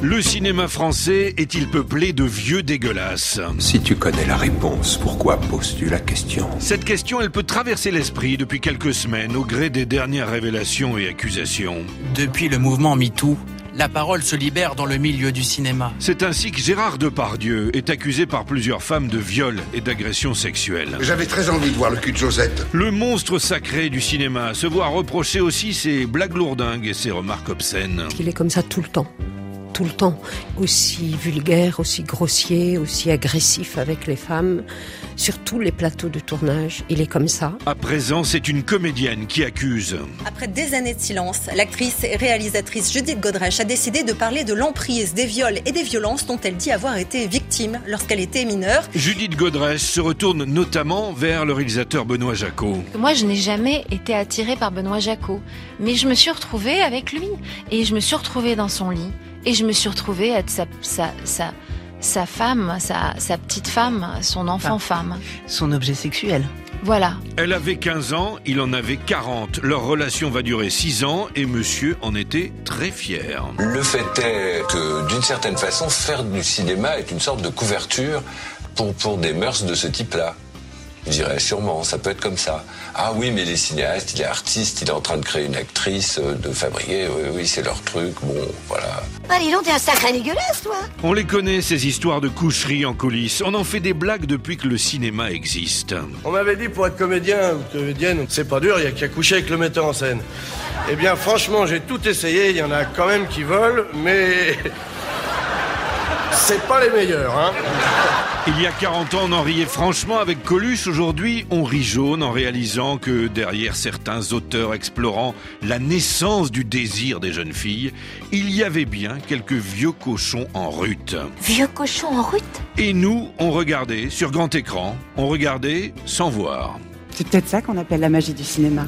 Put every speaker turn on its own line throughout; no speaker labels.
Le cinéma français est-il peuplé de vieux dégueulasses
Si tu connais la réponse, pourquoi poses-tu la question
Cette question, elle peut traverser l'esprit depuis quelques semaines au gré des dernières révélations et accusations.
Depuis le mouvement MeToo, la parole se libère dans le milieu du cinéma.
C'est ainsi que Gérard Depardieu est accusé par plusieurs femmes de viol et d'agression sexuelle.
J'avais très envie de voir le cul de Josette.
Le monstre sacré du cinéma se voit reprocher aussi ses blagues lourdingues et ses remarques obscènes.
Il est comme ça tout le temps tout le temps, aussi vulgaire, aussi grossier, aussi agressif avec les femmes, sur tous les plateaux de tournage. Il est comme ça.
À présent, c'est une comédienne qui accuse.
Après des années de silence, l'actrice et réalisatrice Judith Godrèche a décidé de parler de l'emprise, des viols et des violences dont elle dit avoir été victime lorsqu'elle était mineure.
Judith Godrèche se retourne notamment vers le réalisateur Benoît Jacot.
Moi, je n'ai jamais été attirée par Benoît Jacot, mais je me suis retrouvée avec lui et je me suis retrouvée dans son lit. Et je me suis retrouvée à être sa, sa, sa, sa femme, sa, sa petite femme, son enfant femme.
Son objet sexuel.
Voilà.
Elle avait 15 ans, il en avait 40. Leur relation va durer 6 ans et monsieur en était très fier.
Le fait est que, d'une certaine façon, faire du cinéma est une sorte de couverture pour, pour des mœurs de ce type-là. Je dirais sûrement, ça peut être comme ça. Ah oui, mais les cinéastes, il est artiste, il est en train de créer une actrice, euh, de fabriquer, oui, oui, c'est leur truc, bon, voilà.
Ah, dis donc, t'es un sacré dégueulasse, toi
On les connaît, ces histoires de coucherie en coulisses. On en fait des blagues depuis que le cinéma existe.
On m'avait dit pour être comédien ou comédienne, c'est pas dur, il y a qu'à coucher avec le metteur en scène. Eh bien, franchement, j'ai tout essayé, il y en a quand même qui volent, mais. c'est pas les meilleurs, hein
Il y a 40 ans, on en riait franchement avec Coluche. Aujourd'hui, on rit jaune en réalisant que derrière certains auteurs explorant la naissance du désir des jeunes filles, il y avait bien quelques vieux cochons en rute.
Vieux cochon en route
Et nous, on regardait sur grand écran, on regardait sans voir.
C'est peut-être ça qu'on appelle la magie du cinéma.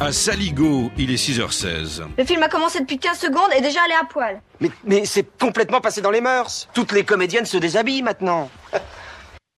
À Saligo, il est 6h16.
Le film a commencé depuis 15 secondes et déjà elle est à poil.
Mais, mais c'est complètement passé dans les mœurs. Toutes les comédiennes se déshabillent maintenant.